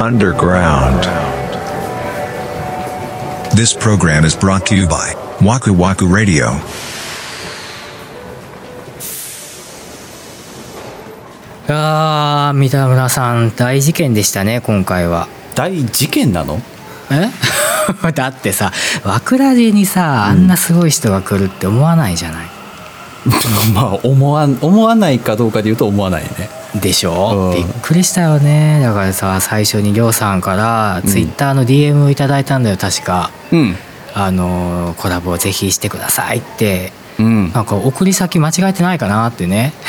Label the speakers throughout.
Speaker 1: underground.
Speaker 2: This program is brought to you by Waku Waku Radio.
Speaker 3: あー三田村さん大事件でしたね今回は
Speaker 4: 大事件なの
Speaker 3: え だってさ和倉寺にさあんなすごい人が来るって思わないじゃない、
Speaker 4: まあ思わん思わないかどうかで言うと思わないね
Speaker 3: でし
Speaker 4: う
Speaker 3: ょ、
Speaker 4: ん
Speaker 3: びっくりしたよねだからさ最初にりょうさんから
Speaker 4: ん
Speaker 3: ツイッターの DM をいただいたんだよ確か
Speaker 4: うん
Speaker 3: あのーコラボをぜひしてくださいって
Speaker 4: うん
Speaker 3: なんか送り先間違えてないかなってね
Speaker 4: 「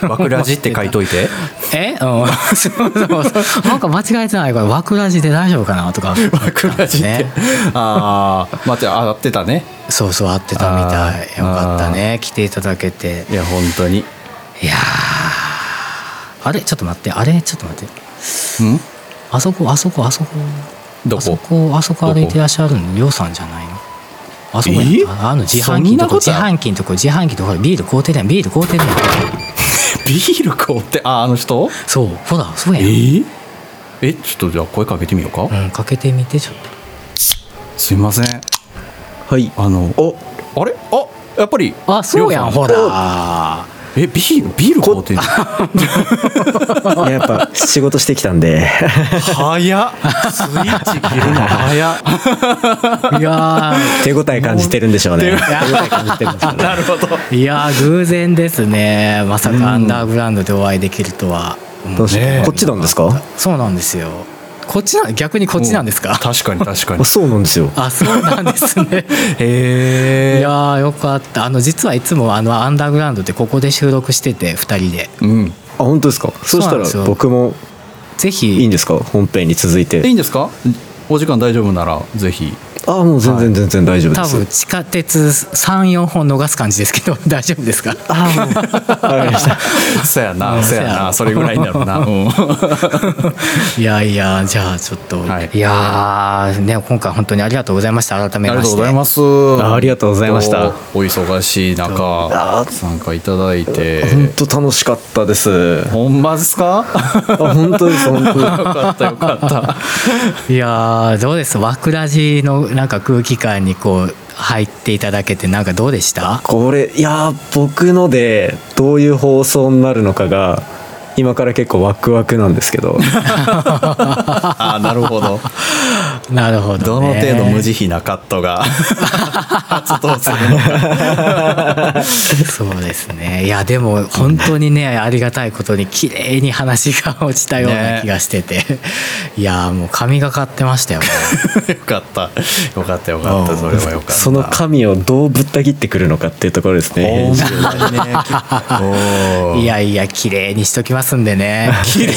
Speaker 4: わくらじ」って書いといて
Speaker 3: え、うん、そうそうそうなんか間違えてないから和倉寺で大丈夫かなと
Speaker 4: 「
Speaker 3: か
Speaker 4: わくらじ」って、
Speaker 3: ね
Speaker 4: ああまあじゃあ合ってたね
Speaker 3: そうそう合ってたみたい
Speaker 4: あー
Speaker 3: よかったね来ていただけて
Speaker 4: いや本当に
Speaker 3: いやーあれちょっと待ってあれちょっと待って
Speaker 4: うん
Speaker 3: あそこあそこあそこ
Speaker 4: ど
Speaker 3: あそ
Speaker 4: こ
Speaker 3: こあそこ歩いてらっしゃるのりょうさんじゃないのあそこ
Speaker 4: え
Speaker 3: やあの自販機の
Speaker 4: そんな
Speaker 3: とこ自
Speaker 4: ことあ
Speaker 3: 販機のとこ自販機のとこほらビール買うてるやんビール買うてるやん
Speaker 4: ビール買うってあああの人
Speaker 3: そうほらそうやん、
Speaker 4: ええちょっとじゃあ声かけてみようか、
Speaker 3: うんかけてみてちょっと
Speaker 4: すいません
Speaker 5: はい
Speaker 4: あの
Speaker 5: お
Speaker 4: あれあやっぱり
Speaker 3: あそうや
Speaker 4: り
Speaker 3: ん
Speaker 4: ょ
Speaker 3: ほ
Speaker 4: さ
Speaker 3: ら
Speaker 4: えビールビール買うてんの
Speaker 5: いややっぱ仕事してきたんで
Speaker 4: 早 っスイッチ切るの早っ
Speaker 3: いや
Speaker 5: 手応え感じてるんでしょうね手応え感じてるんでしょう ね
Speaker 4: なるほど
Speaker 3: ーいやー偶然ですねまさかアンダーグラウンドでお会いできるとは、
Speaker 5: どうし
Speaker 4: ねえ
Speaker 5: こっちなんですか
Speaker 3: そうなんですよこっちなん逆にこっちなんですか
Speaker 4: 確かに確かに
Speaker 5: あそうなんですよ
Speaker 3: あそうなんですねい
Speaker 4: へえ
Speaker 3: やーよかったあの実はいつもあのアンダーグラウンドってここで収録してて2人で
Speaker 4: うん
Speaker 5: あ本当ですか
Speaker 3: そ
Speaker 5: そうし
Speaker 3: な
Speaker 5: た
Speaker 3: んですよ
Speaker 5: ら僕も
Speaker 3: ぜひ
Speaker 5: いいんですか本編に続い
Speaker 4: いい
Speaker 5: て
Speaker 4: んですかお時間大丈夫ならぜひ
Speaker 5: あもう全然全然大丈夫で
Speaker 3: 多
Speaker 5: す
Speaker 3: 分地下鉄34本逃す感じですけど 大丈夫ですか
Speaker 5: わかりました
Speaker 4: そや
Speaker 3: う
Speaker 4: なんそや
Speaker 3: そやな
Speaker 4: なそれぐらいになるなうん
Speaker 3: いやいやじゃあちょっと、
Speaker 4: はい
Speaker 3: い、やーね今回本当にありがとうございました改め
Speaker 4: あり
Speaker 3: ま
Speaker 4: がとう
Speaker 3: し
Speaker 4: ご
Speaker 3: て
Speaker 4: ざいます
Speaker 5: あありがとうございました
Speaker 4: お忙しい中参加いただいて
Speaker 5: 本当楽しかったですあ
Speaker 4: ほんまですか
Speaker 5: 本当です本当
Speaker 4: よかったよかった
Speaker 3: いやーどうです和倉寺のなんか空気感にこう入っていただけてなんかどうでした
Speaker 5: これいやー僕のでどういう放送になるのかが今から結構ワクワクなんですけど
Speaker 4: あなるほど
Speaker 3: なるほど、
Speaker 4: どの
Speaker 3: ね、
Speaker 4: 程度無慈悲なカットが発動するのか
Speaker 3: そうですね。いやでも本当にねありがたいことに綺麗に話が落ちたような
Speaker 4: ね
Speaker 3: 気がしてて、いやもう神がかってましたよ。も
Speaker 4: よかったよかったよかったそれはよかった
Speaker 5: その神をどうぶった切ってくるのかっていうところですね
Speaker 4: ほんまにねお
Speaker 3: う
Speaker 4: ー
Speaker 3: いやいや綺麗にしときますん でね。綺麗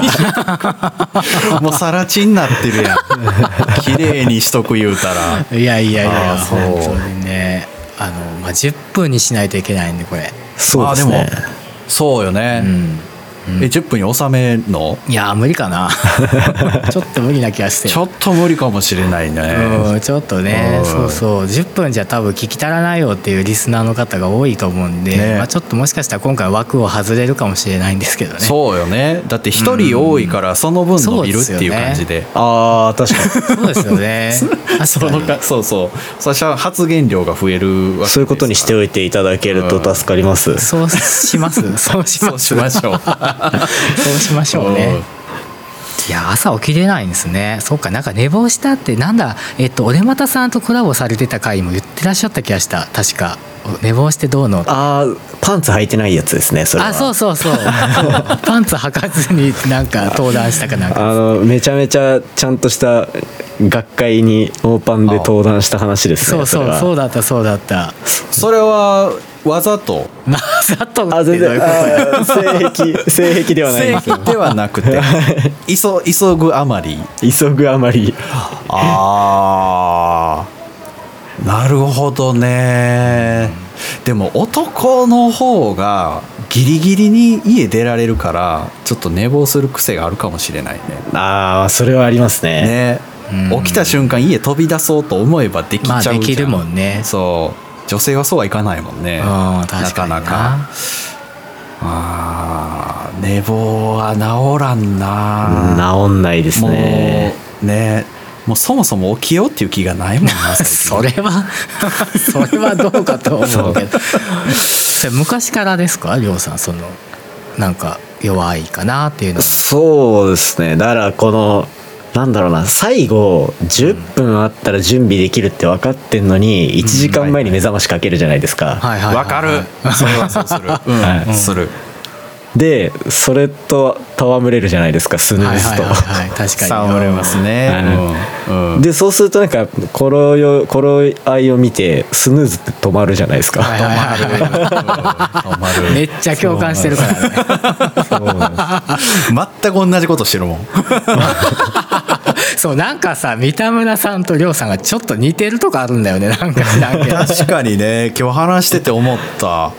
Speaker 3: に。
Speaker 4: もうさらちになってるやん 綺麗にしとく言うたら
Speaker 3: いやいやい
Speaker 4: あ
Speaker 3: や
Speaker 4: ーそう
Speaker 3: 本当にねあのまあ10分にしないといけないんでこれ。
Speaker 5: そうですね
Speaker 4: あでもそうよね、
Speaker 3: うん。
Speaker 4: え10分に収めんの
Speaker 3: いや無理か な。ちょっと無理な気がして。
Speaker 4: ちょっと無理かもしれないね
Speaker 3: うんちょっとね、
Speaker 4: うん
Speaker 3: そうそう10分じゃ多分聞き足らないよっていうリスナーの方が多いと思うんで、
Speaker 4: ね
Speaker 3: まあ、ちょっともしかしたら今回枠を外れるかもしれないんですけどね
Speaker 4: そうよねだって一人多いからその分伸びるっていう感じで
Speaker 5: あー確か
Speaker 3: そうですよね確
Speaker 4: そ
Speaker 3: か
Speaker 4: の
Speaker 3: に
Speaker 4: かそうそうそしたら発言量が増えるわけですか
Speaker 5: に
Speaker 4: ら
Speaker 5: そういうことにしておいていただけると助かります
Speaker 3: そうしますそうし
Speaker 4: そ
Speaker 3: ま
Speaker 4: う
Speaker 3: す
Speaker 4: しましょ う
Speaker 3: そうしましょうねいや朝起きれないんですねそっかなんか寝坊したってなんだえっと俺またさんとコラボされてた回も言ってらっしゃった気がした確か寝坊してどうの
Speaker 5: あーパンツ履いてないやつですねそれは
Speaker 3: あそうそうそうパンツ履かずになんか登壇したかなんか
Speaker 5: あのめちゃめちゃちゃんとした学会にノーパンで登壇した話です
Speaker 3: そ
Speaker 5: ね
Speaker 3: うそう
Speaker 5: れは
Speaker 3: そうだったそうだった。
Speaker 4: それはわざと
Speaker 3: まさと
Speaker 5: あ全然あー性 癖性癖ではない
Speaker 4: 正
Speaker 5: んですよ
Speaker 4: 規ではなく て急急ぐあまり
Speaker 5: 急ぐあま り
Speaker 4: あーなるほどねでも男の方がギリギリに家出られるからちょっと寝坊する癖があるかもしれない
Speaker 5: ああそれはありますね
Speaker 4: ねね起きた瞬間家飛び出そうと思えばできちゃ
Speaker 3: ま
Speaker 4: う
Speaker 3: あ
Speaker 4: じゃん
Speaker 3: できるもんね。
Speaker 4: そう女性はそうはいかないもんね
Speaker 3: うん確かに
Speaker 4: なかな
Speaker 3: な
Speaker 4: かあー寝坊は治らんな
Speaker 5: 治んないです
Speaker 4: もう
Speaker 5: ね
Speaker 4: ねもうそもそも起きようっていう気がないもんな
Speaker 3: それはそれはどうかと思うけどそれ昔からですかりょうさんそのなんか弱いかなっていうの
Speaker 5: そうですねだからこのなんだろうな最後10分あったら準備できるって分かってんのに1時間前に目覚ましかけるじゃないですか、
Speaker 3: はいはいはいはい
Speaker 4: わかるそれはそうするうん、
Speaker 5: はい
Speaker 4: する
Speaker 5: でそれと戯れるじゃないですかスヌ
Speaker 3: は
Speaker 5: ー
Speaker 3: い
Speaker 5: ズと、
Speaker 3: はいはいはい確かに
Speaker 4: 触れますねうんうん
Speaker 5: でそうするとなんか頃よ頃合いを見てスヌーズって止まるじゃないですか、
Speaker 3: はいはいはいはい
Speaker 4: 止まる
Speaker 3: めっちゃ共感してるからね
Speaker 4: 全く同じことしてるもん
Speaker 3: そうなんかさ三田村さんと亮さんがちょっと似てるとこあるんだよねなんか知らんけど
Speaker 4: 確かにね今日話してて思った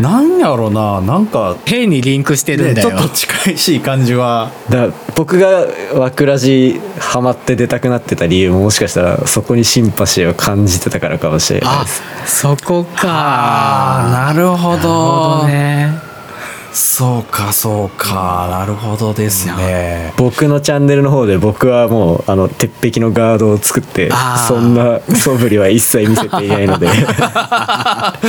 Speaker 4: なんやろななんか、
Speaker 3: 変にリンクしてるん
Speaker 4: ね、
Speaker 3: だ
Speaker 4: ち
Speaker 3: よ、
Speaker 4: ょっと近いしい感じは
Speaker 5: だから僕がワクラジハマって出たくなってた理由ももしかしたらそこにシンパシーを感じてたからかもしれない
Speaker 3: あ
Speaker 5: です
Speaker 3: そこか
Speaker 4: あーなるほど
Speaker 3: そうね
Speaker 4: そうかそうかなるほどですね
Speaker 5: 僕のチャンネルの方で僕はもうあの鉄壁のガードを作って
Speaker 3: あー
Speaker 5: そんな 素振りは一切見せていな いので
Speaker 4: 確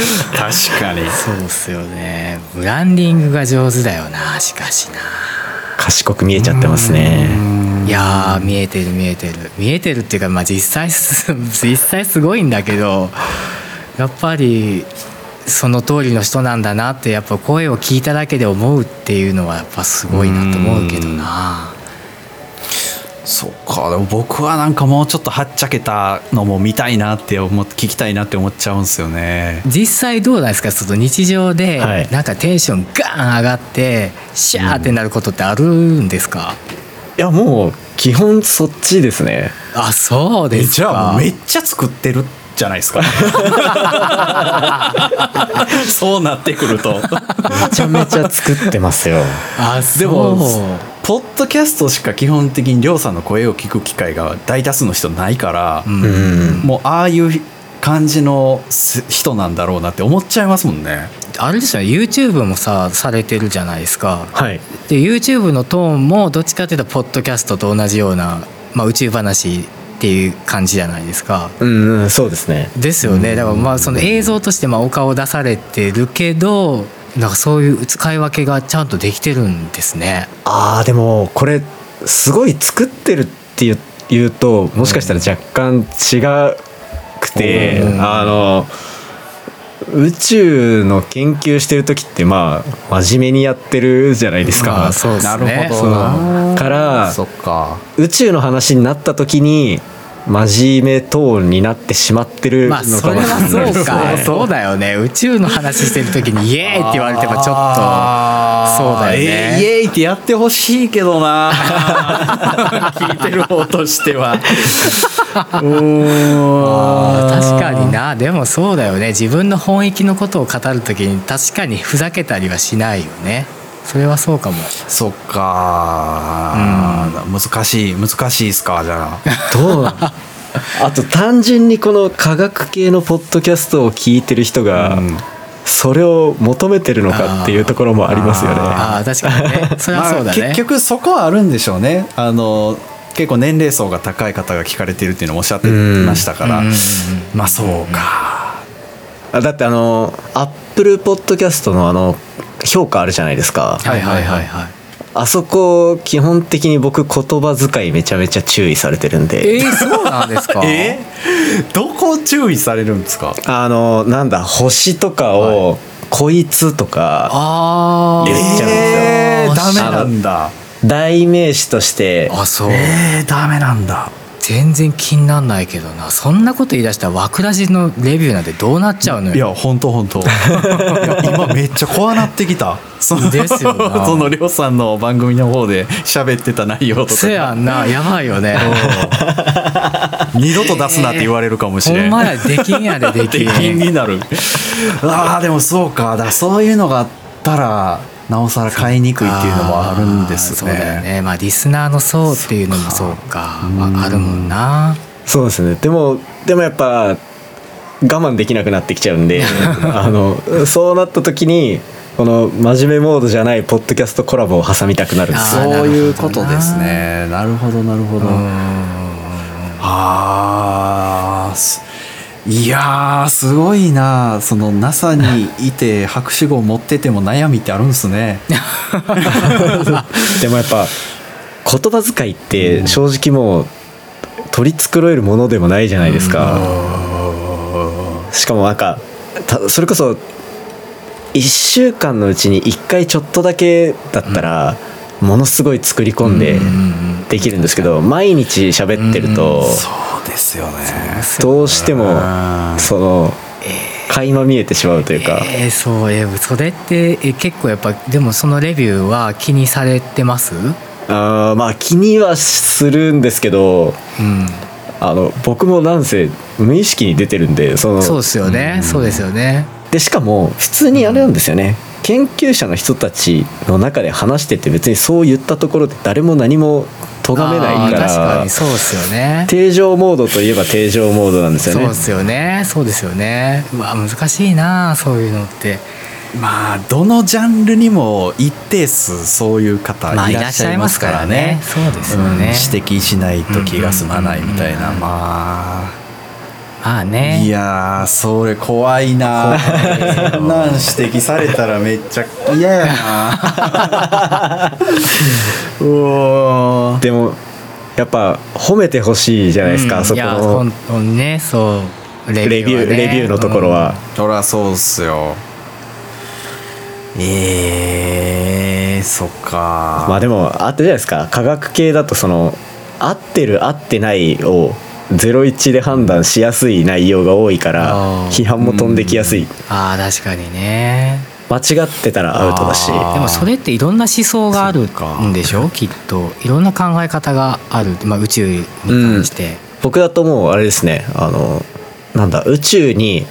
Speaker 4: かに
Speaker 3: そうっすよねブランディングが上手だよなしかしな
Speaker 5: 賢く見えちゃってますね
Speaker 3: いやー見えてる見えてる見えてるっていうか、まあ、実際す 実際すごいんだけどやっぱりその通りの人なんだなってやっぱ声を聞いただけで思うっていうのはやっぱすごいなと思うけどな
Speaker 4: そうかでも僕はなんかもうちょっとはっちゃけたのも見たいなって思って聞きたいなって思っちゃうんですよね
Speaker 3: 実際どうなんですかその日常で
Speaker 5: はい
Speaker 3: なんかテンションガーン上がってシャーってなることってあるんですか、
Speaker 5: いやもう基本そっちですね
Speaker 3: あそうで
Speaker 4: え
Speaker 3: すか
Speaker 4: じゃあもうめっちゃ作ってるじゃない ですかそうなってくると
Speaker 5: めちゃめちゃ作ってま すよ
Speaker 3: あ
Speaker 4: でも
Speaker 3: そう
Speaker 4: ポッドキャストしか基本的にりょうさんの声を聞く機会が大多数の人ないから、
Speaker 5: うん
Speaker 4: もうああいう感じのす人なんだろうなって思っちゃいますもんね
Speaker 3: あれですよね YouTube もさされてるじゃないですか
Speaker 5: はい
Speaker 3: で YouTube のトーンもどっちかっていうとポッドキャストと同じような、まあ、宇宙話っていう感じじゃないですか
Speaker 5: うんうんそうですね
Speaker 3: ですよねだからまあその映像としてまあお顔出されてるけどなんかそういう使い分けがちゃんとできてるんですね
Speaker 5: あーでもこれすごい作ってるって言う言うともしかしたら若干違くて、
Speaker 3: うん
Speaker 5: あの宇宙の研究してる時ってまあ真面目にやってるじゃないですか。
Speaker 3: まあそうで
Speaker 4: な
Speaker 3: すね
Speaker 4: るほ
Speaker 5: そ
Speaker 4: ど
Speaker 5: う
Speaker 4: な
Speaker 5: から
Speaker 4: そっか
Speaker 5: 宇宙の話になった時に真面目トーンになってしまってるの
Speaker 3: まあ
Speaker 5: かも
Speaker 3: それ
Speaker 5: しれない
Speaker 3: は
Speaker 5: ですね。
Speaker 3: そう かそうだよね宇宙の話してる時に「イエーイ!」って言われてもちょっとそうだよ
Speaker 4: えーイ
Speaker 3: ね
Speaker 4: エーイってやってほしいけど な聞いてる方としてはう
Speaker 3: あ
Speaker 4: ーん
Speaker 3: ー確かになでもそうだよね自分の本域のことを語る時に確かにふざけたりはしないよねそれはそうかも
Speaker 4: そっか、難しい難しいっすかじゃあ
Speaker 5: どうなん あと単純にこの科学系のポッドキャストを聞いてる人が、
Speaker 4: うん
Speaker 5: それを求めてるのかっていうところもありますよね。
Speaker 3: ああ確かにねそれはそうだね、
Speaker 4: 結局そこはあるんでしょうねあの結構年齢層が高い方が聞かれてるっていうのもおっしゃってましたから、
Speaker 3: うんうんうん
Speaker 4: まあそうか、
Speaker 5: あだってあのアップルポッドキャストのあの評価あるじゃないですか、
Speaker 3: はいはいはいはい
Speaker 5: あそこ基本的に僕言葉遣いめちゃめちゃ注意されてるんで、
Speaker 3: えー、そうなんですか
Speaker 4: えどこ注意されるんですか
Speaker 5: あのなんだ星とかを、こいつとか
Speaker 3: ああ
Speaker 5: 言っちゃうんですよ
Speaker 4: えー、ダメなんだ
Speaker 5: 代名詞として
Speaker 3: あそう、
Speaker 4: えー、ダメなんだ
Speaker 3: 全然気になんないけどなそんなこと言い出したら枠ラジのレビューなんてどうなっちゃうの
Speaker 4: い
Speaker 3: よ
Speaker 4: や本当本当いや今めっちゃ怖なってきたその
Speaker 3: ですよ な
Speaker 4: そのりょうさんの番組の方で喋ってた内容と
Speaker 3: せや
Speaker 4: か
Speaker 3: んなやばいよね
Speaker 4: 二度と出すなって言われるかもしれん、
Speaker 3: ほんまやできんやででき
Speaker 4: 出禁になるあーでもそうかだからそういうのがあったらなおさら買いにくいっていうのもあるんです
Speaker 3: あーそうだよ
Speaker 4: ね
Speaker 3: ねまあリスナーの層っていうのもそうかああるもんな
Speaker 5: そうですねでもでもやっ ぱ我慢できなくなってきちゃうんであのそうなった時にこの真面目モードじゃないポッドキャストコラボを挟みたくなるんです
Speaker 3: あ
Speaker 5: よ
Speaker 3: ー
Speaker 4: そういうことですねなるほどなるほどあーすいやーすごいなその NASA にいて博士号持ってても悩みってあるんです ね
Speaker 5: でもやっぱ言葉遣いって正直もう取り繕えるものでもないじゃないですか、しかもなんかたそれこそ1週間のうちに1回ちょっとだけだったらものすごい作り込んでできるんですけど毎日喋ってると
Speaker 4: そうですよね
Speaker 5: どうしても
Speaker 4: うん
Speaker 5: その垣間見えてしまうというか
Speaker 3: えー、そうえーそれって、えー結構やっぱでもそのレビューは気にされてますう
Speaker 5: あーまあ気にはするんですけど
Speaker 3: ん
Speaker 5: あの僕もなんせ無意識に出てるんでその
Speaker 3: そうですよねそうですよね
Speaker 5: でしかも普通にあれなんですよね、研究者の人たちの中で話してて別にそう言ったところで誰も何も咎めないか
Speaker 3: あー確からにそうですよね
Speaker 5: 定常モードといえば定常モードなんですよ
Speaker 3: そう
Speaker 5: ね
Speaker 3: ですよねそうですよねうわ難しいなそういうのって
Speaker 4: まあどのジャンルにも一定数そういう方
Speaker 3: まあ
Speaker 4: いらっしゃいますから
Speaker 3: いら
Speaker 4: ね
Speaker 3: っしゃいますからねそうですよね
Speaker 4: ん指摘しないと気が済まないみたいな、
Speaker 3: うんうんう
Speaker 4: ま
Speaker 3: ん
Speaker 4: あ
Speaker 3: まあね
Speaker 4: いやーそれ怖い なそんなん指摘されたらめっちゃ嫌やな うおー
Speaker 5: でもやっぱ褒めてほしいじゃないですか、
Speaker 3: うん
Speaker 5: そこ
Speaker 3: いや
Speaker 5: の
Speaker 3: 本当にねそうレ
Speaker 5: レビュー
Speaker 3: は
Speaker 5: レビュー,、
Speaker 3: ね
Speaker 5: のところは、
Speaker 4: そらそうっすよえー、そっか
Speaker 5: まあでもあったじゃないですか科学系だとその合ってる合ってないを01で判断しやすい内容が多いから
Speaker 3: あー
Speaker 5: 批判も飛んできやすい
Speaker 3: ああ確かにね
Speaker 5: 間違ってたらアウトだし
Speaker 4: あー
Speaker 3: でもそれっていろんな思想があるんでしょきっといろんな考え方がある、まあ、宇宙に関して、
Speaker 5: 僕だともうあれですねあのなんだ宇宙に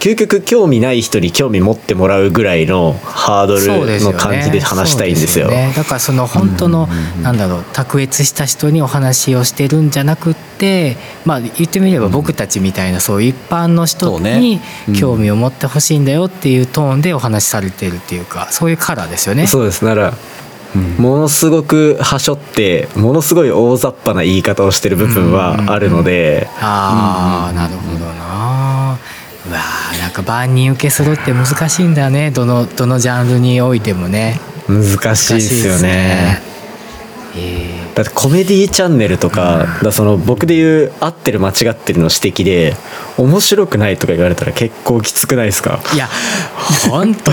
Speaker 5: 究極興味ない人に興味持ってもらうぐらいのハード
Speaker 3: そうで
Speaker 5: ル
Speaker 3: すよ
Speaker 5: の
Speaker 3: ね
Speaker 5: 感じで話したいんですよ
Speaker 3: そうね、だからその本当の、なんだろう卓越した人にお話をしてるんじゃなくってまあ言ってみれば僕たちみたいなそう一般の
Speaker 4: そ
Speaker 3: 人
Speaker 4: うね
Speaker 3: に興味を持ってほしいんだよっていうトーンでお話しされてるっていうかそういうカラーですよね。
Speaker 5: そうですなら、ものすごくはしょってものすごい大雑把な言い方をしてる部分はあるので、
Speaker 3: ああなるほどな。うわーなんか万人受けするって難しいんだねどのどのジャンルにおいてもね。
Speaker 5: 難しいです
Speaker 3: 難しいで
Speaker 5: よね
Speaker 3: すね。え
Speaker 5: だってコメディチャンネルとか,、だからその僕で言う合ってる間違ってるの指摘で面白くないとか言われたら結構きつくないですか
Speaker 3: ーいや本当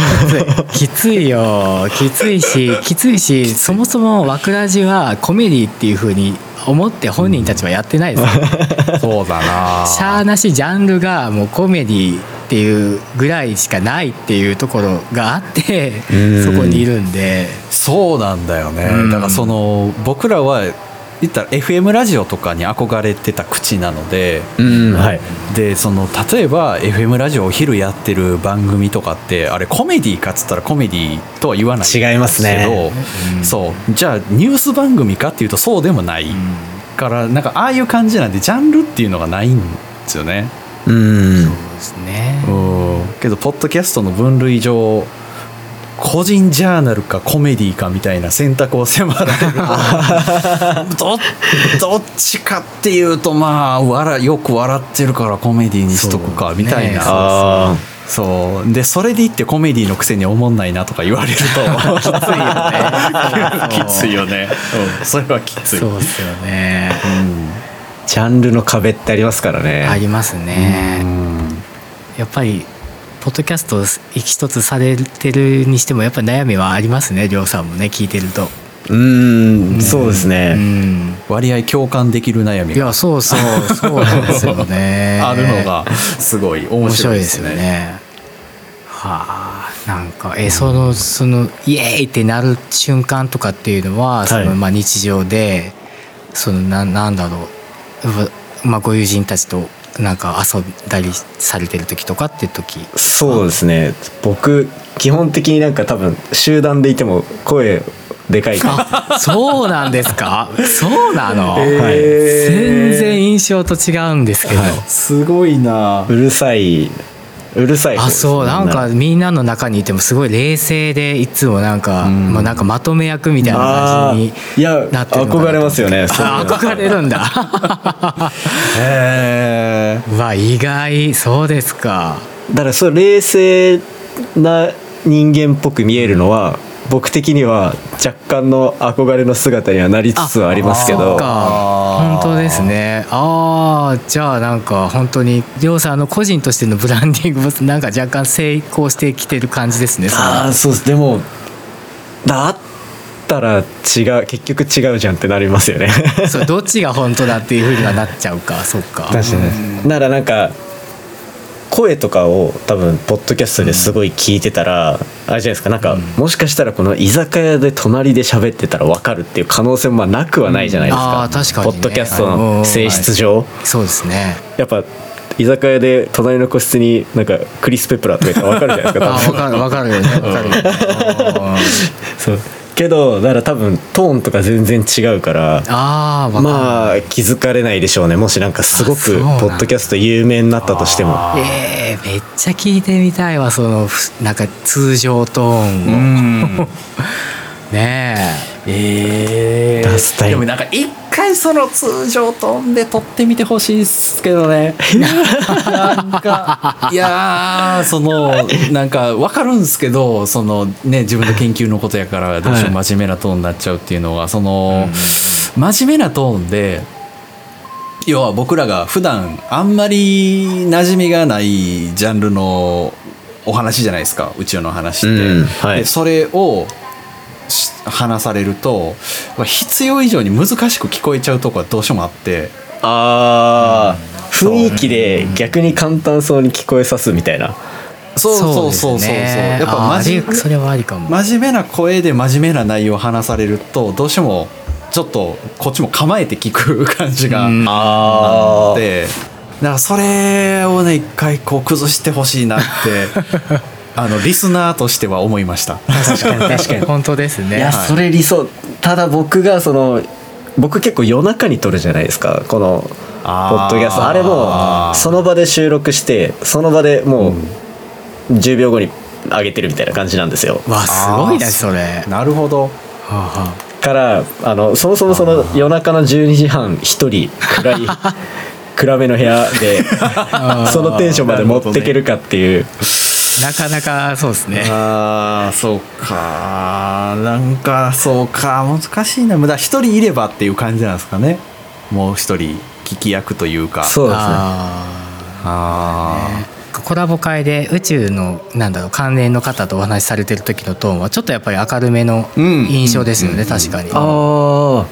Speaker 3: きついきついよきついしきついしそもそもわくらじはコメディっていうふうに思って本人たちはやってないですよ、
Speaker 4: そうだな
Speaker 3: しゃあなしジャンルがもうコメディっていうぐらいしかないっていうところがあって
Speaker 5: うん
Speaker 3: そこにいるんで
Speaker 4: そうなんだよね、
Speaker 3: うん
Speaker 4: だからその僕らは言ったら FM ラジオとかに憧れてた口なので
Speaker 5: うんはい
Speaker 4: でその例えば FM ラジオお昼やってる番組とかってあれコメディかっつったらコメディとは言わないんですけど
Speaker 5: 違いますね
Speaker 4: そうじゃあニュース番組かっていうとそうでもないからなんかああいう感じなんでジャンルっていうのがないんですよね。
Speaker 5: うん
Speaker 3: そうですね
Speaker 4: けどポッドキャストの分類上個人ジャーナルかコメディかみたいな選択を迫られる どどっちかっていうとまあわらよく笑ってるからコメディにしとくか
Speaker 3: そう
Speaker 4: みたいな
Speaker 3: ね
Speaker 4: そう,、
Speaker 5: あ
Speaker 4: でそれで言ってコメディのくせにおもんないなとか言われると きついよね きついよね、うんそれはきつい
Speaker 3: そうですよね
Speaker 5: ージャンルの壁ってありますからね、
Speaker 3: ありますね
Speaker 4: うん
Speaker 3: やっぱりポッドキャスト一つされてるにしてもやっぱ悩みはありますねりょうさんもね聞いてると
Speaker 5: うーんそうです
Speaker 3: う
Speaker 5: ね、
Speaker 3: ん
Speaker 4: 割合共感できる悩み
Speaker 3: い
Speaker 4: が
Speaker 3: やそうそうそうなんですよね
Speaker 4: あるのがすごい面
Speaker 3: 面
Speaker 4: 白
Speaker 3: 白
Speaker 4: い
Speaker 3: い
Speaker 4: で
Speaker 3: ですす
Speaker 4: ね
Speaker 3: よねはあなんかえそのそのイエーイってなる瞬間とかっていうのはその、
Speaker 5: はい
Speaker 3: まあ、日常でそのななんだろううわまあ、ご友人たちとなんか遊んだりされてる時とかっていう時
Speaker 5: そうですね僕基本的になんか多分集団でいても声でかいから
Speaker 3: あそうなんですかそうなの、
Speaker 5: はい
Speaker 3: 全然印象と違うんですけど、
Speaker 5: は
Speaker 4: すごいな
Speaker 5: うるさいうるさい方
Speaker 3: あ
Speaker 5: です
Speaker 3: そうなんか
Speaker 5: み
Speaker 3: みんなの中にいてもすごい冷静でいつもなんか、
Speaker 4: ん
Speaker 3: まあ、なんかまとめ役みたいな感じに
Speaker 5: あーいや
Speaker 3: なってるのかな
Speaker 5: 憧れますよねそういう
Speaker 3: あ
Speaker 5: の
Speaker 3: 憧れるん だ
Speaker 4: へえ
Speaker 3: うわ意外そうですか
Speaker 5: だからそう冷静な人間っぽく見えるのは、僕的には若干の憧れの姿にはなりつつはありますけ
Speaker 3: そ
Speaker 5: ど
Speaker 3: っか
Speaker 4: あー
Speaker 3: 本当ですねああじゃあなんか本当にりょうさんの個人としてのブランディングも なんか若干成功してきてる感じですねそれ
Speaker 5: ああそうですでもだったら違う結局違うじゃんってなりますよね
Speaker 3: そうどっちが本当だっていうふうにはなっちゃうかそうか
Speaker 5: 確かにならなんか声とかを多分ポッドキャストですごい聞いてたら、あれじゃないですかなんか、もしかしたらこの居酒屋で隣で喋ってたら分かるっていう可能性もまあなくはないじゃないですか,、
Speaker 3: ああ確かにね
Speaker 5: ポッドキャストの性質上、
Speaker 3: そうですね
Speaker 5: やっぱ居酒屋で隣の個室になんかクリス・ペプラーとか言ったら分かるじゃない ですか
Speaker 3: あ
Speaker 5: 多
Speaker 3: 分
Speaker 5: 分
Speaker 3: かる分かる よね分かるよね
Speaker 5: そうけどだから多分トーンとか全然違うから
Speaker 3: ああ分かる、
Speaker 5: まあ気づかれないでしょうねもしなんかすご
Speaker 3: あそう
Speaker 5: く
Speaker 3: なんだ
Speaker 5: ポッドキャスト有名になったとしても
Speaker 3: えーめっちゃ聞いてみたいわそのふなんか通常トー
Speaker 4: う
Speaker 3: ンを、
Speaker 4: ん
Speaker 3: ね
Speaker 4: え
Speaker 5: 出したい
Speaker 4: でもなんか一回その通常飛んで撮ってみてほしいっすけど ねなんかいやーそのなんか分かるんすけどそのね自分の研究のことやからどうしても真面目なトーンになっちゃうっていうのがその、真面目なトーンで要は僕らが普段あんまり馴染みがないジャンルのお話じゃないですか宇宙の話って、
Speaker 5: うんはい
Speaker 4: でそれをし話されると必要以上に難しく聞こえちゃうとこはどうしてもあって
Speaker 5: あー雰囲気で逆に簡単そうに聞こえさすみたいな
Speaker 4: そうそうそうそうそう、やっぱ真
Speaker 3: マ
Speaker 4: 面
Speaker 3: ジそれはありかも、
Speaker 4: 真面目な声で真面目な内容を話されるとどうしてもちょっとこっちも構えて聞く感じが
Speaker 3: うん
Speaker 5: あー
Speaker 4: でだからそれをね一回こう崩してほしいなって あのリスナーとしては思いました
Speaker 3: 確かに確かに本当ですね
Speaker 5: いやそれ理想ただ僕がその僕結構夜中に撮るじゃないですかこのポ
Speaker 4: あー
Speaker 5: ッドキャストあれもその場で収録してその場でもう10秒後に上げてるみたいな感じなんですよ
Speaker 3: わすごいね
Speaker 4: あー
Speaker 3: それ
Speaker 4: なるほど
Speaker 3: は
Speaker 5: からあのそもそもその夜中の12時半一人暗 い暗めの部屋でそのテンションまで持ってけるかっていう、
Speaker 3: あなかなかそうですね
Speaker 4: ああそうかなんかそうか難しいなまだ一人いればっていう感じなんですかねもう一人聞き役というか
Speaker 5: そうですね
Speaker 3: あ
Speaker 4: あ
Speaker 3: ーコラボ会で宇宙のなんだろう関連の方とお話しされてる時のトーンはちょっとやっぱり明るめの
Speaker 4: うん
Speaker 3: 印象ですよね、確かに、
Speaker 5: ああ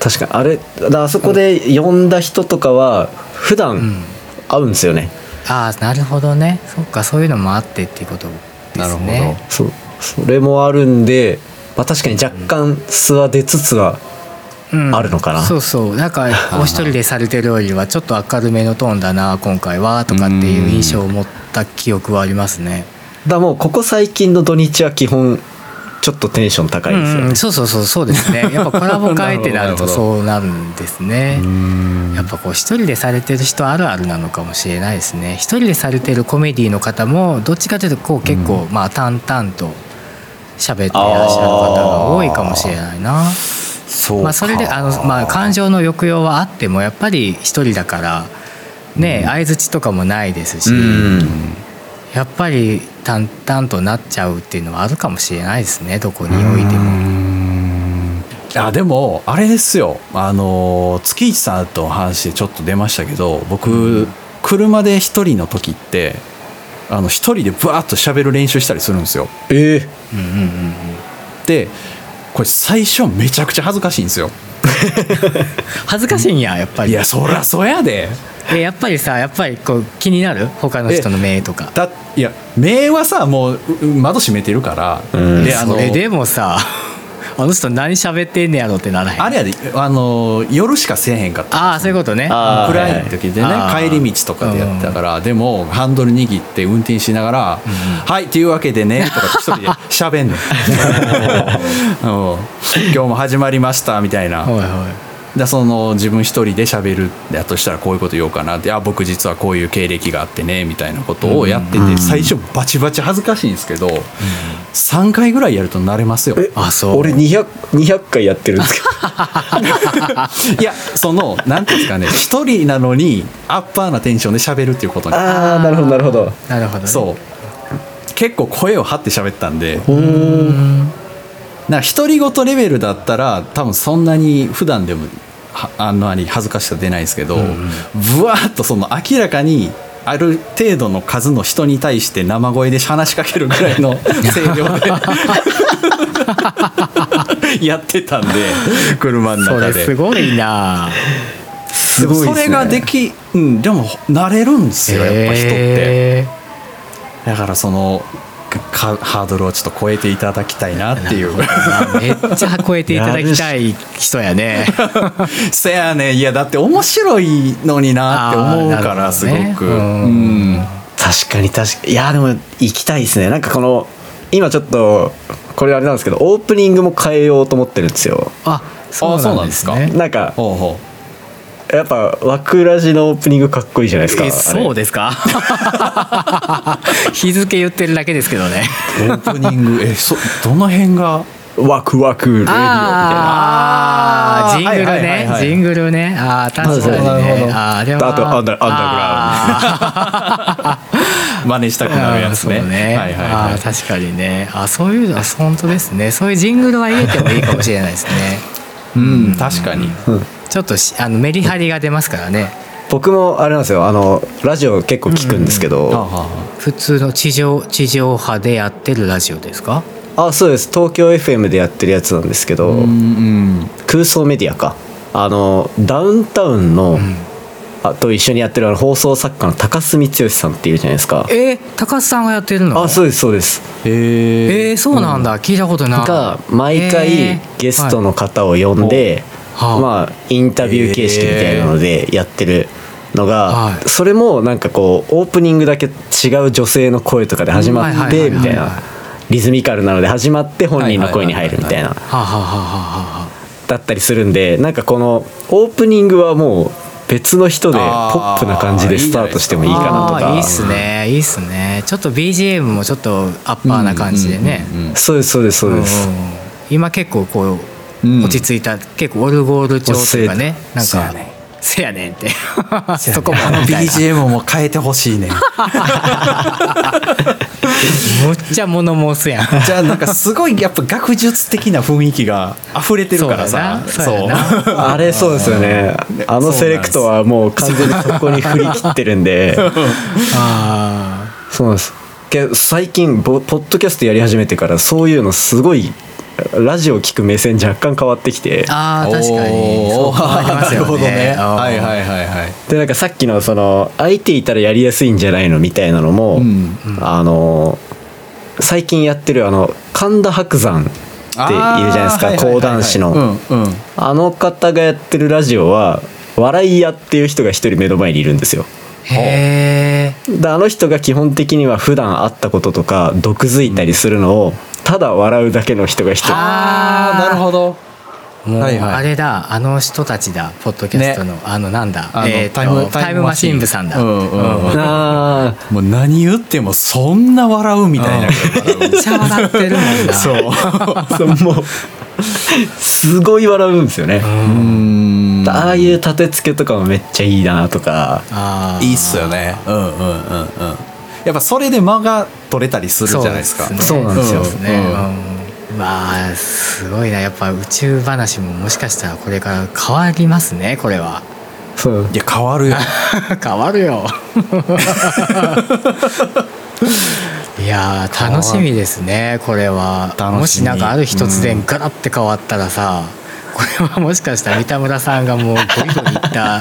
Speaker 5: 確かにあれだあそこで呼んだ人とかは普段会うんですよね、
Speaker 3: ああなるほどねそっかそういうのもあってっていうことですね
Speaker 4: なるほど
Speaker 5: そうそれもあるんで、まあ、確かに若干素は出つつは
Speaker 3: うん
Speaker 5: あるのかな
Speaker 3: そうそうなんかお一人でされてるよりはちょっと明るめのトーンだな今回はとかっていう印象を持った記憶はありますね
Speaker 5: だからもうここ最近の土日は基本ちょっとテンション高いですよ、
Speaker 3: うんうんそうそうそうそうですねやっぱコラボ会ってな
Speaker 4: なる
Speaker 3: る
Speaker 4: ほ
Speaker 3: と
Speaker 4: ど
Speaker 3: そうなるんですね
Speaker 4: ー
Speaker 3: やっぱこう一人でされてる人あるあるなのかもしれないですね一人でされてるコメディの方もどっちかというとこう結構まあ淡々と喋っていらっしゃる方が多いかもしれないな
Speaker 4: そうか
Speaker 3: まあ、それであの、まあ、感情の抑揚はあってもやっぱり一人だからね相づちとかもないですし、やっぱり淡々となっちゃうっていうのはあるかもしれないですねどこにおいても。
Speaker 4: あでもあれですよあの月一さんとの話でちょっと出ましたけど僕車で一人の時ってあの一人でブワーッと喋る練習したりするんですよ
Speaker 5: ええ
Speaker 4: でこれ最初めちゃくちゃ恥ずかしいんですよ
Speaker 3: 恥ずかしいんややっぱ
Speaker 4: い
Speaker 3: り
Speaker 4: やそりゃそやで
Speaker 3: えやっぱりさやっぱりこう気になる他の人の目とか。
Speaker 4: だいや目はさもうう窓閉めてるから、
Speaker 5: うん
Speaker 4: であの
Speaker 3: それでもさ あの人何喋ってんねやろってならへん。
Speaker 4: あれやであの夜しかせえへんかった
Speaker 3: あーそういうことね。
Speaker 5: あー
Speaker 4: 暗い時でね
Speaker 3: あー
Speaker 4: 帰り道とかでやってたから、でもハンドル握って運転しながら「はい」っていうわけで ねとかって一人で 喋んねんうん今日も始まりました」みたいな
Speaker 3: はいはい
Speaker 4: だその自分一人で喋るだとしたらこういうこと言おうかなってあ僕実はこういう経歴があってねみたいなことをやってて、最初バチバチ恥ずかしいんですけど、3回ぐらいやると慣れますよ。
Speaker 3: あそう
Speaker 5: 俺 200, 200回やってるん ですけど
Speaker 4: いやそのなんていうんですかね一人なのにアッパーなテンションで喋るっていうことに
Speaker 5: ああなるほどなるほど
Speaker 3: なるほどね、
Speaker 4: そう結構声を張って喋ったんで
Speaker 3: うん
Speaker 4: なんか独り言レベルだったら多分そんなに普段でもはあんなに恥ずかしさ出ないですけど、ぶわーっとその明らかにある程度の数の人に対して生声で話しかけるぐらいの声量でやってたんで車の
Speaker 3: そ
Speaker 4: 中
Speaker 3: れ
Speaker 4: です
Speaker 3: ごいな
Speaker 5: すごいですね
Speaker 4: それができ、うん、でも慣れるんですよやっぱ人って。
Speaker 3: へ
Speaker 4: だからそのかハードルをちょっと超えていただきたいなっていう。
Speaker 3: ーめっちゃ超えていただきたい人やね
Speaker 4: せやねんいやだって面白いのになって思うか
Speaker 3: あ
Speaker 4: ら
Speaker 3: ー
Speaker 4: す
Speaker 3: なるほどね
Speaker 4: ごく。
Speaker 3: うん
Speaker 4: うん
Speaker 5: 確かに確かにいやでも行きたいですねなんかこの今ちょっとこれあれなんですけどオープニングも変えようと思ってるんですよ
Speaker 3: あそうなんです
Speaker 4: あそうなん
Speaker 3: ね
Speaker 5: なんか
Speaker 4: ほうほ
Speaker 5: やっぱ枠ラジのオープニングかっこいいじゃないですか
Speaker 3: えそう
Speaker 5: で
Speaker 3: ですか日付言ってるだけですけどね
Speaker 4: う。オープニング えそどの辺が
Speaker 5: ワクワクレディオみたいな
Speaker 3: ああ
Speaker 4: あー
Speaker 3: ジングルね、
Speaker 4: はいはいはいはい
Speaker 3: ジングルねああ確かに
Speaker 4: なるほどなるほ
Speaker 3: ね
Speaker 4: ど
Speaker 3: あーあれは
Speaker 5: あとアンダー
Speaker 3: アンダーグラウンド
Speaker 4: 真似したく なるやつね。
Speaker 3: そうね、
Speaker 4: はいはいは
Speaker 3: あ
Speaker 4: い。
Speaker 3: ー確かにねあそういうのは本当ですねそういうジングルは入れてもいいかもしれないですね
Speaker 4: うん確かに。
Speaker 3: ちょっとしあのメリハリが出ますからね
Speaker 5: 僕もあれなんですよあのラジオ結構聞くんですけど、
Speaker 4: はあは
Speaker 3: 普通の地上地上波でやってるラジオですか
Speaker 5: あそうです東京 FM でやってるやつなんですけど、
Speaker 4: あうん
Speaker 5: 空想メディアかあのダウンタウンの、あと一緒にやってるあの放送作家の高須光剛さんっていうじゃないですか
Speaker 3: えー、高須さんがやってるの
Speaker 5: あそうですそうです
Speaker 4: うん。へえ。
Speaker 3: えー、そうなんだ、聞いたことない
Speaker 5: が毎
Speaker 3: え
Speaker 5: 回
Speaker 3: ー
Speaker 5: ゲストの方を呼んで、
Speaker 3: はいは
Speaker 5: まあインタビュー形式みたいなのでやってるのが、
Speaker 3: はい
Speaker 5: それもなんかこうオープニングだけ違う女性の声とかで始ま
Speaker 3: うんはいはいは
Speaker 5: って
Speaker 3: いはい
Speaker 5: みたいなリズミカルなので始まって本人の声に入るみたいな
Speaker 3: はあ、はあはあはあはあ
Speaker 5: だったりするんでなんかこのオープニングはもう別の人でポ
Speaker 4: あー
Speaker 5: ップな感じでスタートしてもいいかなと
Speaker 3: あー
Speaker 5: か
Speaker 3: いいっすねいいっすねちょっと BGM もちょっとアッパーな感じでね
Speaker 4: うんうんうん
Speaker 5: そうですそうですそうです
Speaker 3: うん今結構こう、
Speaker 4: うん
Speaker 3: 落ち着いた結構オルゴール調というかねなん
Speaker 4: せや
Speaker 3: か
Speaker 4: ねん
Speaker 3: 「せやねん」ってそこも
Speaker 4: あの
Speaker 3: みたいな
Speaker 4: BGM も変えてほしいね。
Speaker 3: むっちゃ物申すやん
Speaker 4: じゃあなんかすごいやっぱ学術的な雰囲気が溢れてるからさ。
Speaker 3: そうやなそうや
Speaker 5: あれそうですよねあのセレクトはもう完全にそこに振り切ってるんで
Speaker 3: あー
Speaker 5: そうなんですけど最近ボポッドキャストやり始めてからそういうのすごいラジオ聞く目線若干変わってきて
Speaker 3: あー確かにそ
Speaker 4: お
Speaker 3: う
Speaker 4: ー
Speaker 3: 変わります
Speaker 4: な
Speaker 3: よね
Speaker 4: るほどね。
Speaker 3: あー
Speaker 4: はいはいはいはい。
Speaker 5: でなんかさっきのその相手いたらやりやすいんじゃないのみたいなのも、
Speaker 4: うん
Speaker 5: あの最近やってるあの神田伯山っているじゃないです
Speaker 4: あー
Speaker 5: か講談師の、。
Speaker 4: はいはいはいはいうんうん
Speaker 5: あの方がやってるラジオは笑い屋っていう人が一人目の前にいるんですよ
Speaker 3: へえ
Speaker 5: であの人が基本的には普段会ったこととか毒づいたりするのをただ笑うだけの人が一人
Speaker 4: あーなるほど。
Speaker 3: もう
Speaker 4: はいはい
Speaker 3: あれだあの人たちだポッドキャストの、あのなんだ
Speaker 4: あの
Speaker 3: えーと
Speaker 4: タイム
Speaker 3: タイムマシン部さんだ、
Speaker 4: うんうんうん
Speaker 5: あ
Speaker 4: もう何言ってもそんな笑うみたいな。
Speaker 3: めっちゃ笑ってるもんな
Speaker 4: そう。
Speaker 5: ー そうもうすごい笑うんですよね、
Speaker 4: うん
Speaker 5: ああいう立て付けとかもめっちゃいいなとか
Speaker 3: あー
Speaker 4: いいっすよね。うんうんうんうん。やっぱそれで間が取れたりするじゃないですか。
Speaker 5: そうなんですよ
Speaker 3: そうね、
Speaker 4: うん
Speaker 3: うんまあすごいなやっぱ宇宙話ももしかしたらこれから変わりますねこれは
Speaker 5: そう
Speaker 4: いや変わるよ。
Speaker 3: 変わ るよいやー楽しみですねこれは
Speaker 4: 楽しみ
Speaker 3: もしなんかある日突然ガラッて変わったらさ、これはもしかしたら三田村さんがもうゴリゴリいった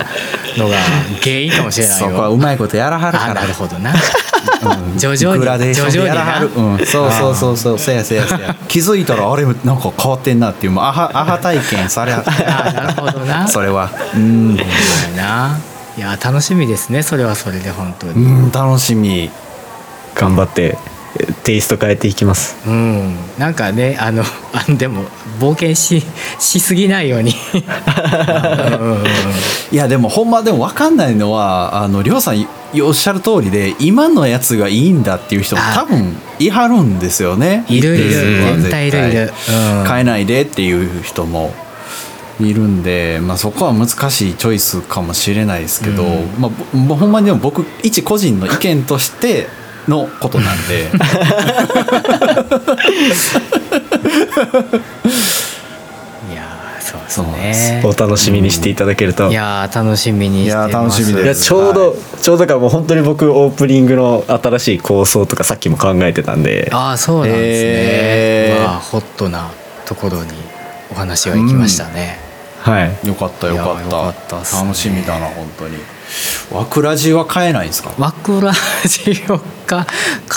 Speaker 3: のが原因かもしれない
Speaker 4: そ
Speaker 3: よ
Speaker 4: こはうまいことやらはる
Speaker 3: あ
Speaker 4: か
Speaker 3: な
Speaker 4: ら
Speaker 3: る。ほどな
Speaker 4: うん
Speaker 3: 徐々に
Speaker 4: グラデーションでやらはる
Speaker 3: 徐々にな
Speaker 4: うんそうそうそうそうせやせやせや気づいたらあれなんか変わってんなっていうもうアハアハ体験されはっ
Speaker 3: あなるほどな
Speaker 4: それはうん
Speaker 3: そうだないや楽しみですねそれはそれで本当に、
Speaker 4: うん楽しみ
Speaker 5: 頑張ってテイスト変えていきます
Speaker 3: うん、なんかねあの あでも冒険ししすぎないよ うにうんうんうん
Speaker 4: いやでもほんまでも分かんないのはあのりょうさんおっしゃる通りで今のやつがいいんだっていう人も
Speaker 3: あ
Speaker 4: 多分いはるんですよね
Speaker 3: いるい
Speaker 4: 一
Speaker 3: る
Speaker 4: 定数は
Speaker 3: 絶対いるいるうん
Speaker 4: 変えないでっていう人もいるんで、まあ、そこは難しいチョイスかもしれないですけど、
Speaker 3: うん
Speaker 4: まあぼもうほんまにでも僕一個人の意見としてのことなん で
Speaker 3: いやーそうです
Speaker 4: そうなんで
Speaker 3: ね
Speaker 5: お楽しみにしていただけると
Speaker 3: いやー楽しみにしてます
Speaker 4: いやー楽しみ
Speaker 5: い
Speaker 4: で
Speaker 5: や
Speaker 4: す
Speaker 5: ちょうど、ちょうどだからもう本当に僕オープニングの新しい構想とかさっきも考えてたんで
Speaker 3: ああそうなんですね、
Speaker 4: へー
Speaker 3: まあ、ホットなところにお話は行きましたね、
Speaker 5: はい
Speaker 4: よかったよかった
Speaker 3: いやよかったっすね
Speaker 4: 楽しみだな本当にわくらじは変えないんですか
Speaker 3: ワクラジオか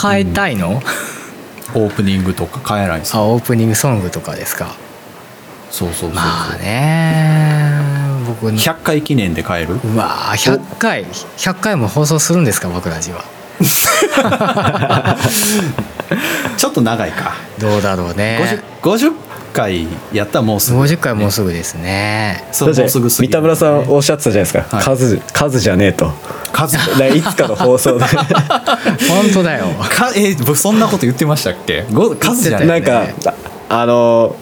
Speaker 3: 変えたいの、
Speaker 4: オープニングとか変えないんですか
Speaker 3: あオープニングソングとかですか
Speaker 4: そうそうそうそう、
Speaker 3: まあね僕の
Speaker 4: 100回記念で変える
Speaker 3: うわー100回100回も放送するんですか僕らジは
Speaker 4: ちょっと長いか
Speaker 3: どうだろうね
Speaker 4: 50, 50回やったらもうすぐ
Speaker 3: 50回もうすぐですね
Speaker 4: そうもうすぐす
Speaker 5: 三田村さんおっしゃってたじゃないですか、
Speaker 4: はい
Speaker 5: 数数じゃね えと
Speaker 4: 数
Speaker 5: だからいつかの放送で
Speaker 3: 本当だよ
Speaker 4: かえー僕そんなこと言ってましたっけご 数じゃない
Speaker 5: なん かああの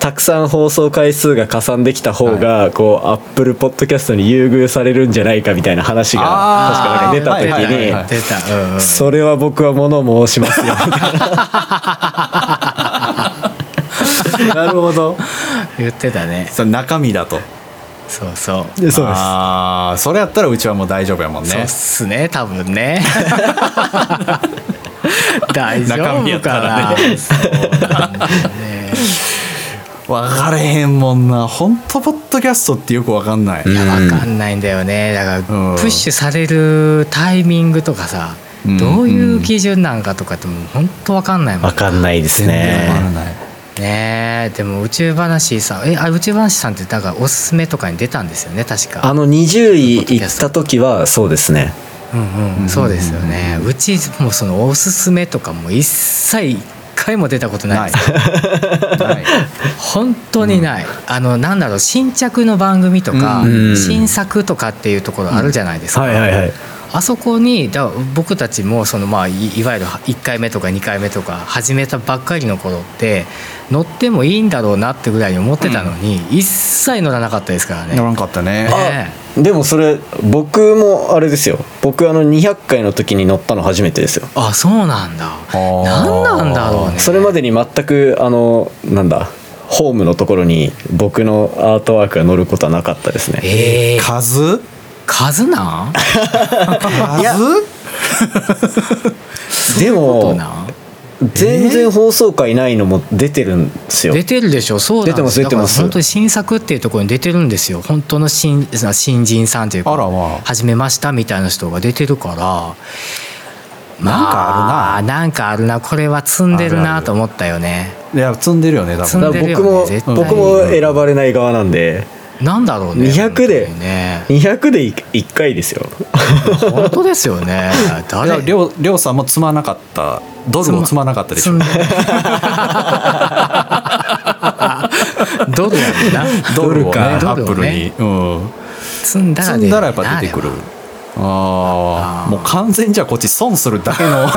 Speaker 5: たくさん放送回数が加算できた方が、こうアップルポッドキャストに優遇されるんじゃないかみたいな話が確
Speaker 4: あー
Speaker 5: かなんか出た時に、
Speaker 4: はいはいはい
Speaker 3: 出た、うんうん
Speaker 5: それは僕は物申します よ
Speaker 4: なるほど
Speaker 3: 言ってたね
Speaker 4: それ中身だと
Speaker 3: そうそう
Speaker 5: でそうです
Speaker 4: ああそれやったらうちはもう大丈夫やもん
Speaker 3: そう
Speaker 4: ね
Speaker 3: っすね多分 ね大丈
Speaker 4: 中身や
Speaker 3: 夫
Speaker 4: っ
Speaker 3: か
Speaker 4: た
Speaker 3: な
Speaker 4: らね
Speaker 3: そうなんだよね
Speaker 4: 分かれへんもんな本当ポッドキャストってよく分かんない、
Speaker 3: いやわかんないんだよねだから
Speaker 4: うん
Speaker 3: プッシュされるタイミングとかさ、
Speaker 4: うん
Speaker 3: どういう基準なんかとかってもう本当わかんないもん
Speaker 5: わかんないです
Speaker 4: 全然分から
Speaker 5: ね
Speaker 4: ない
Speaker 3: ねえでも宇宙話さんえあ宇宙話さんってだからおすすめとかに出たんですよね確か
Speaker 5: あの20位行った時はそうですね
Speaker 3: うんうんそうですよねうちもそのおすすめとかも一切一回も出たことな
Speaker 4: ない
Speaker 3: いです
Speaker 4: ない
Speaker 3: 本当にない、あのなんだろう新着の番組とか、
Speaker 5: うん
Speaker 3: 新作とかっていうところあるじゃないですか、
Speaker 5: はいはいはい
Speaker 3: あそこにだ僕たちもその、まあ、いいわゆる1回目とか2回目とか始めたばっかりの頃って乗ってもいいんだろうなってぐらいに思ってたのに、一切乗らなかったですからね。
Speaker 4: 乗らんかったね
Speaker 3: あ
Speaker 5: あでもそれ僕もあれですよ僕あの200回の時に乗ったの初めてですよ
Speaker 3: あそうなんだ
Speaker 4: ー
Speaker 3: 何なんだろうね
Speaker 5: それまでに全くあのなんだホームのところに僕のアートワークが乗ることはなかったですね
Speaker 3: えー、
Speaker 4: 数
Speaker 3: 数なん
Speaker 4: 数
Speaker 5: で
Speaker 3: そう
Speaker 5: も
Speaker 3: なん
Speaker 5: 全然放送回ないのも出てるんですよ
Speaker 3: 出てるでしょそうなんです
Speaker 5: 出てます出てます
Speaker 3: だから本当に新作っていうところに出てるんですよ本当の新新人さんというか
Speaker 4: あらまあ
Speaker 3: 始めましたみたいな人が出てるから
Speaker 4: なんかあ
Speaker 3: あ
Speaker 4: る
Speaker 3: なんかあるなこれは積んでるなと思ったよね
Speaker 4: いや積んでるよね多
Speaker 3: 積ん
Speaker 4: 分
Speaker 3: でる
Speaker 5: だか
Speaker 3: よね
Speaker 5: ら僕も
Speaker 3: 絶対
Speaker 5: 僕も選ばれない側なんで
Speaker 3: なんだろうね
Speaker 5: 200で
Speaker 3: 本当にね
Speaker 5: 200で1回ですよ
Speaker 3: 本当ですよね
Speaker 4: いや
Speaker 3: 誰
Speaker 4: りょうりょうさんも積まなかったドルを積まなかったでし
Speaker 3: 積
Speaker 4: ょ
Speaker 3: んで ドルやもんな
Speaker 4: ドルをね
Speaker 3: ド
Speaker 4: ア
Speaker 3: ル
Speaker 4: ッ
Speaker 3: をね
Speaker 4: プルに、うん、
Speaker 3: 積んだら
Speaker 4: 積んだらやっぱ出てくるあ
Speaker 3: あ
Speaker 4: あ
Speaker 3: ー
Speaker 4: もう完全じゃあこっち損するだけ の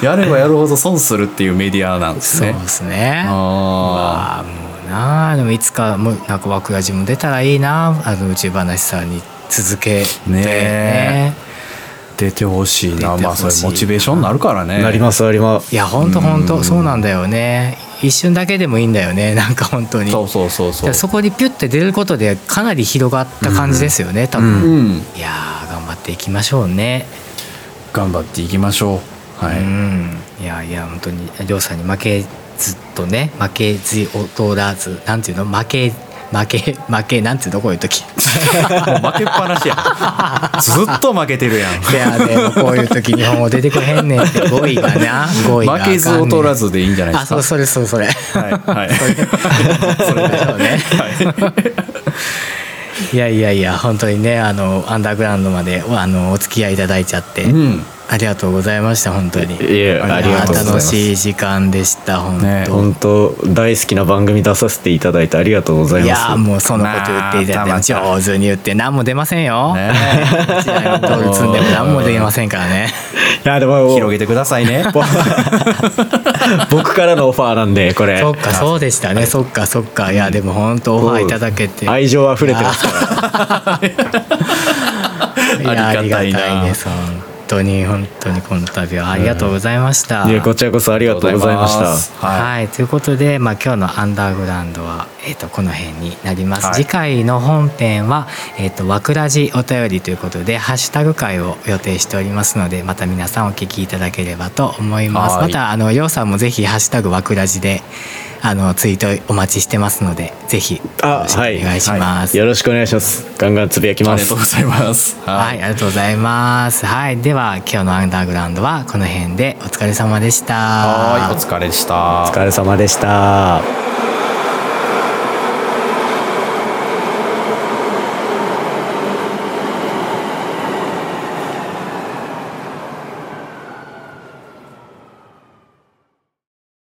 Speaker 4: やればやるほど損するっていうメディアなんです
Speaker 3: そう
Speaker 4: ね
Speaker 3: ですね
Speaker 4: あ
Speaker 3: ああもうなあでもいつかもうなんか枠味も出たらいいなあの宇宙話さんに続けて
Speaker 4: ねあ出てほしいな
Speaker 3: 出て
Speaker 4: ま
Speaker 3: ほ
Speaker 4: あ
Speaker 3: しい
Speaker 4: それモチベーションになるからね
Speaker 5: なりますなりま
Speaker 3: い
Speaker 5: す
Speaker 3: やほんとほんとそうなんだよね一瞬だけでもいいんだよね なんか本当に
Speaker 4: そうそうそう
Speaker 3: だか
Speaker 4: そう
Speaker 3: らそこにピュッて出ることでかなり広がった感じですよね、多分、
Speaker 4: うん
Speaker 3: いやー頑張っていきましょうね
Speaker 4: 頑張っていきましょうはい、
Speaker 3: うんいやいや本当にりょうさんに負けずっとね負けず劣らずなんていうの負け負け負けなんていうのこういう時
Speaker 4: もう負けっぱなしやずっと負けてるやん
Speaker 3: いやでもこういう時日本語出てこへんねんって語彙がな語彙があかんね
Speaker 4: 負け
Speaker 3: ん
Speaker 4: ず劣らずでいいんじゃないで
Speaker 3: あ
Speaker 4: すか
Speaker 3: そうそれそ れそれ
Speaker 4: はいはい
Speaker 3: それでしょうね、いやいやいや本当にねあのアンダーグラウンドまであのお付き合いいただいちゃって、
Speaker 4: うん
Speaker 3: ありがとうございました本当に
Speaker 5: いえありがとうございま
Speaker 3: 楽
Speaker 5: す
Speaker 3: しい時間でした本当、
Speaker 4: ね
Speaker 5: 本当大好きな番組出させていただいてありがとうござい
Speaker 3: い
Speaker 5: ま
Speaker 3: やー
Speaker 5: す
Speaker 3: もうそのこと言っていただいて
Speaker 4: まあ
Speaker 3: 上手に言って何も出ませんよ、
Speaker 4: ね
Speaker 3: うちらの通り積んでも何も出ませんからね
Speaker 5: いやでも
Speaker 4: 広げてくださいね
Speaker 5: 僕からのオファーなんでこれ
Speaker 3: そっかそうでしたねそっかそっかいやでも本当オファーいただけて
Speaker 5: 愛情あふれてますから
Speaker 3: いや
Speaker 4: ありがたいな
Speaker 3: ありがたいです本当に本当にこの度はありがとうございました、
Speaker 5: いやこちらこそありがとうございました
Speaker 4: は
Speaker 3: はい、ということで、まあ、今日の「アンダーグラウンドは」えー、とこの辺になります、
Speaker 4: はい
Speaker 3: 次回の本編は「えー、とわくらじお便り」ということでハッシュタグ会を予定しておりますのでまた皆さんお聞きいただければと思います
Speaker 4: は
Speaker 3: ま
Speaker 4: い
Speaker 3: たあのようさんもぜひ「ハッシュタグわくらじで」あのツイートお待ちしてますのでぜひよろしくお願いします、
Speaker 5: よろしくお願いしますガンガンつぶやき
Speaker 4: あ
Speaker 5: ま
Speaker 4: りが
Speaker 5: す
Speaker 4: とうございます
Speaker 3: はい、ありがとうございます。はい、では今日のアンダーグラウンドはこの辺でお疲れ様でした。
Speaker 4: はいお疲れでした
Speaker 5: お疲れ様でした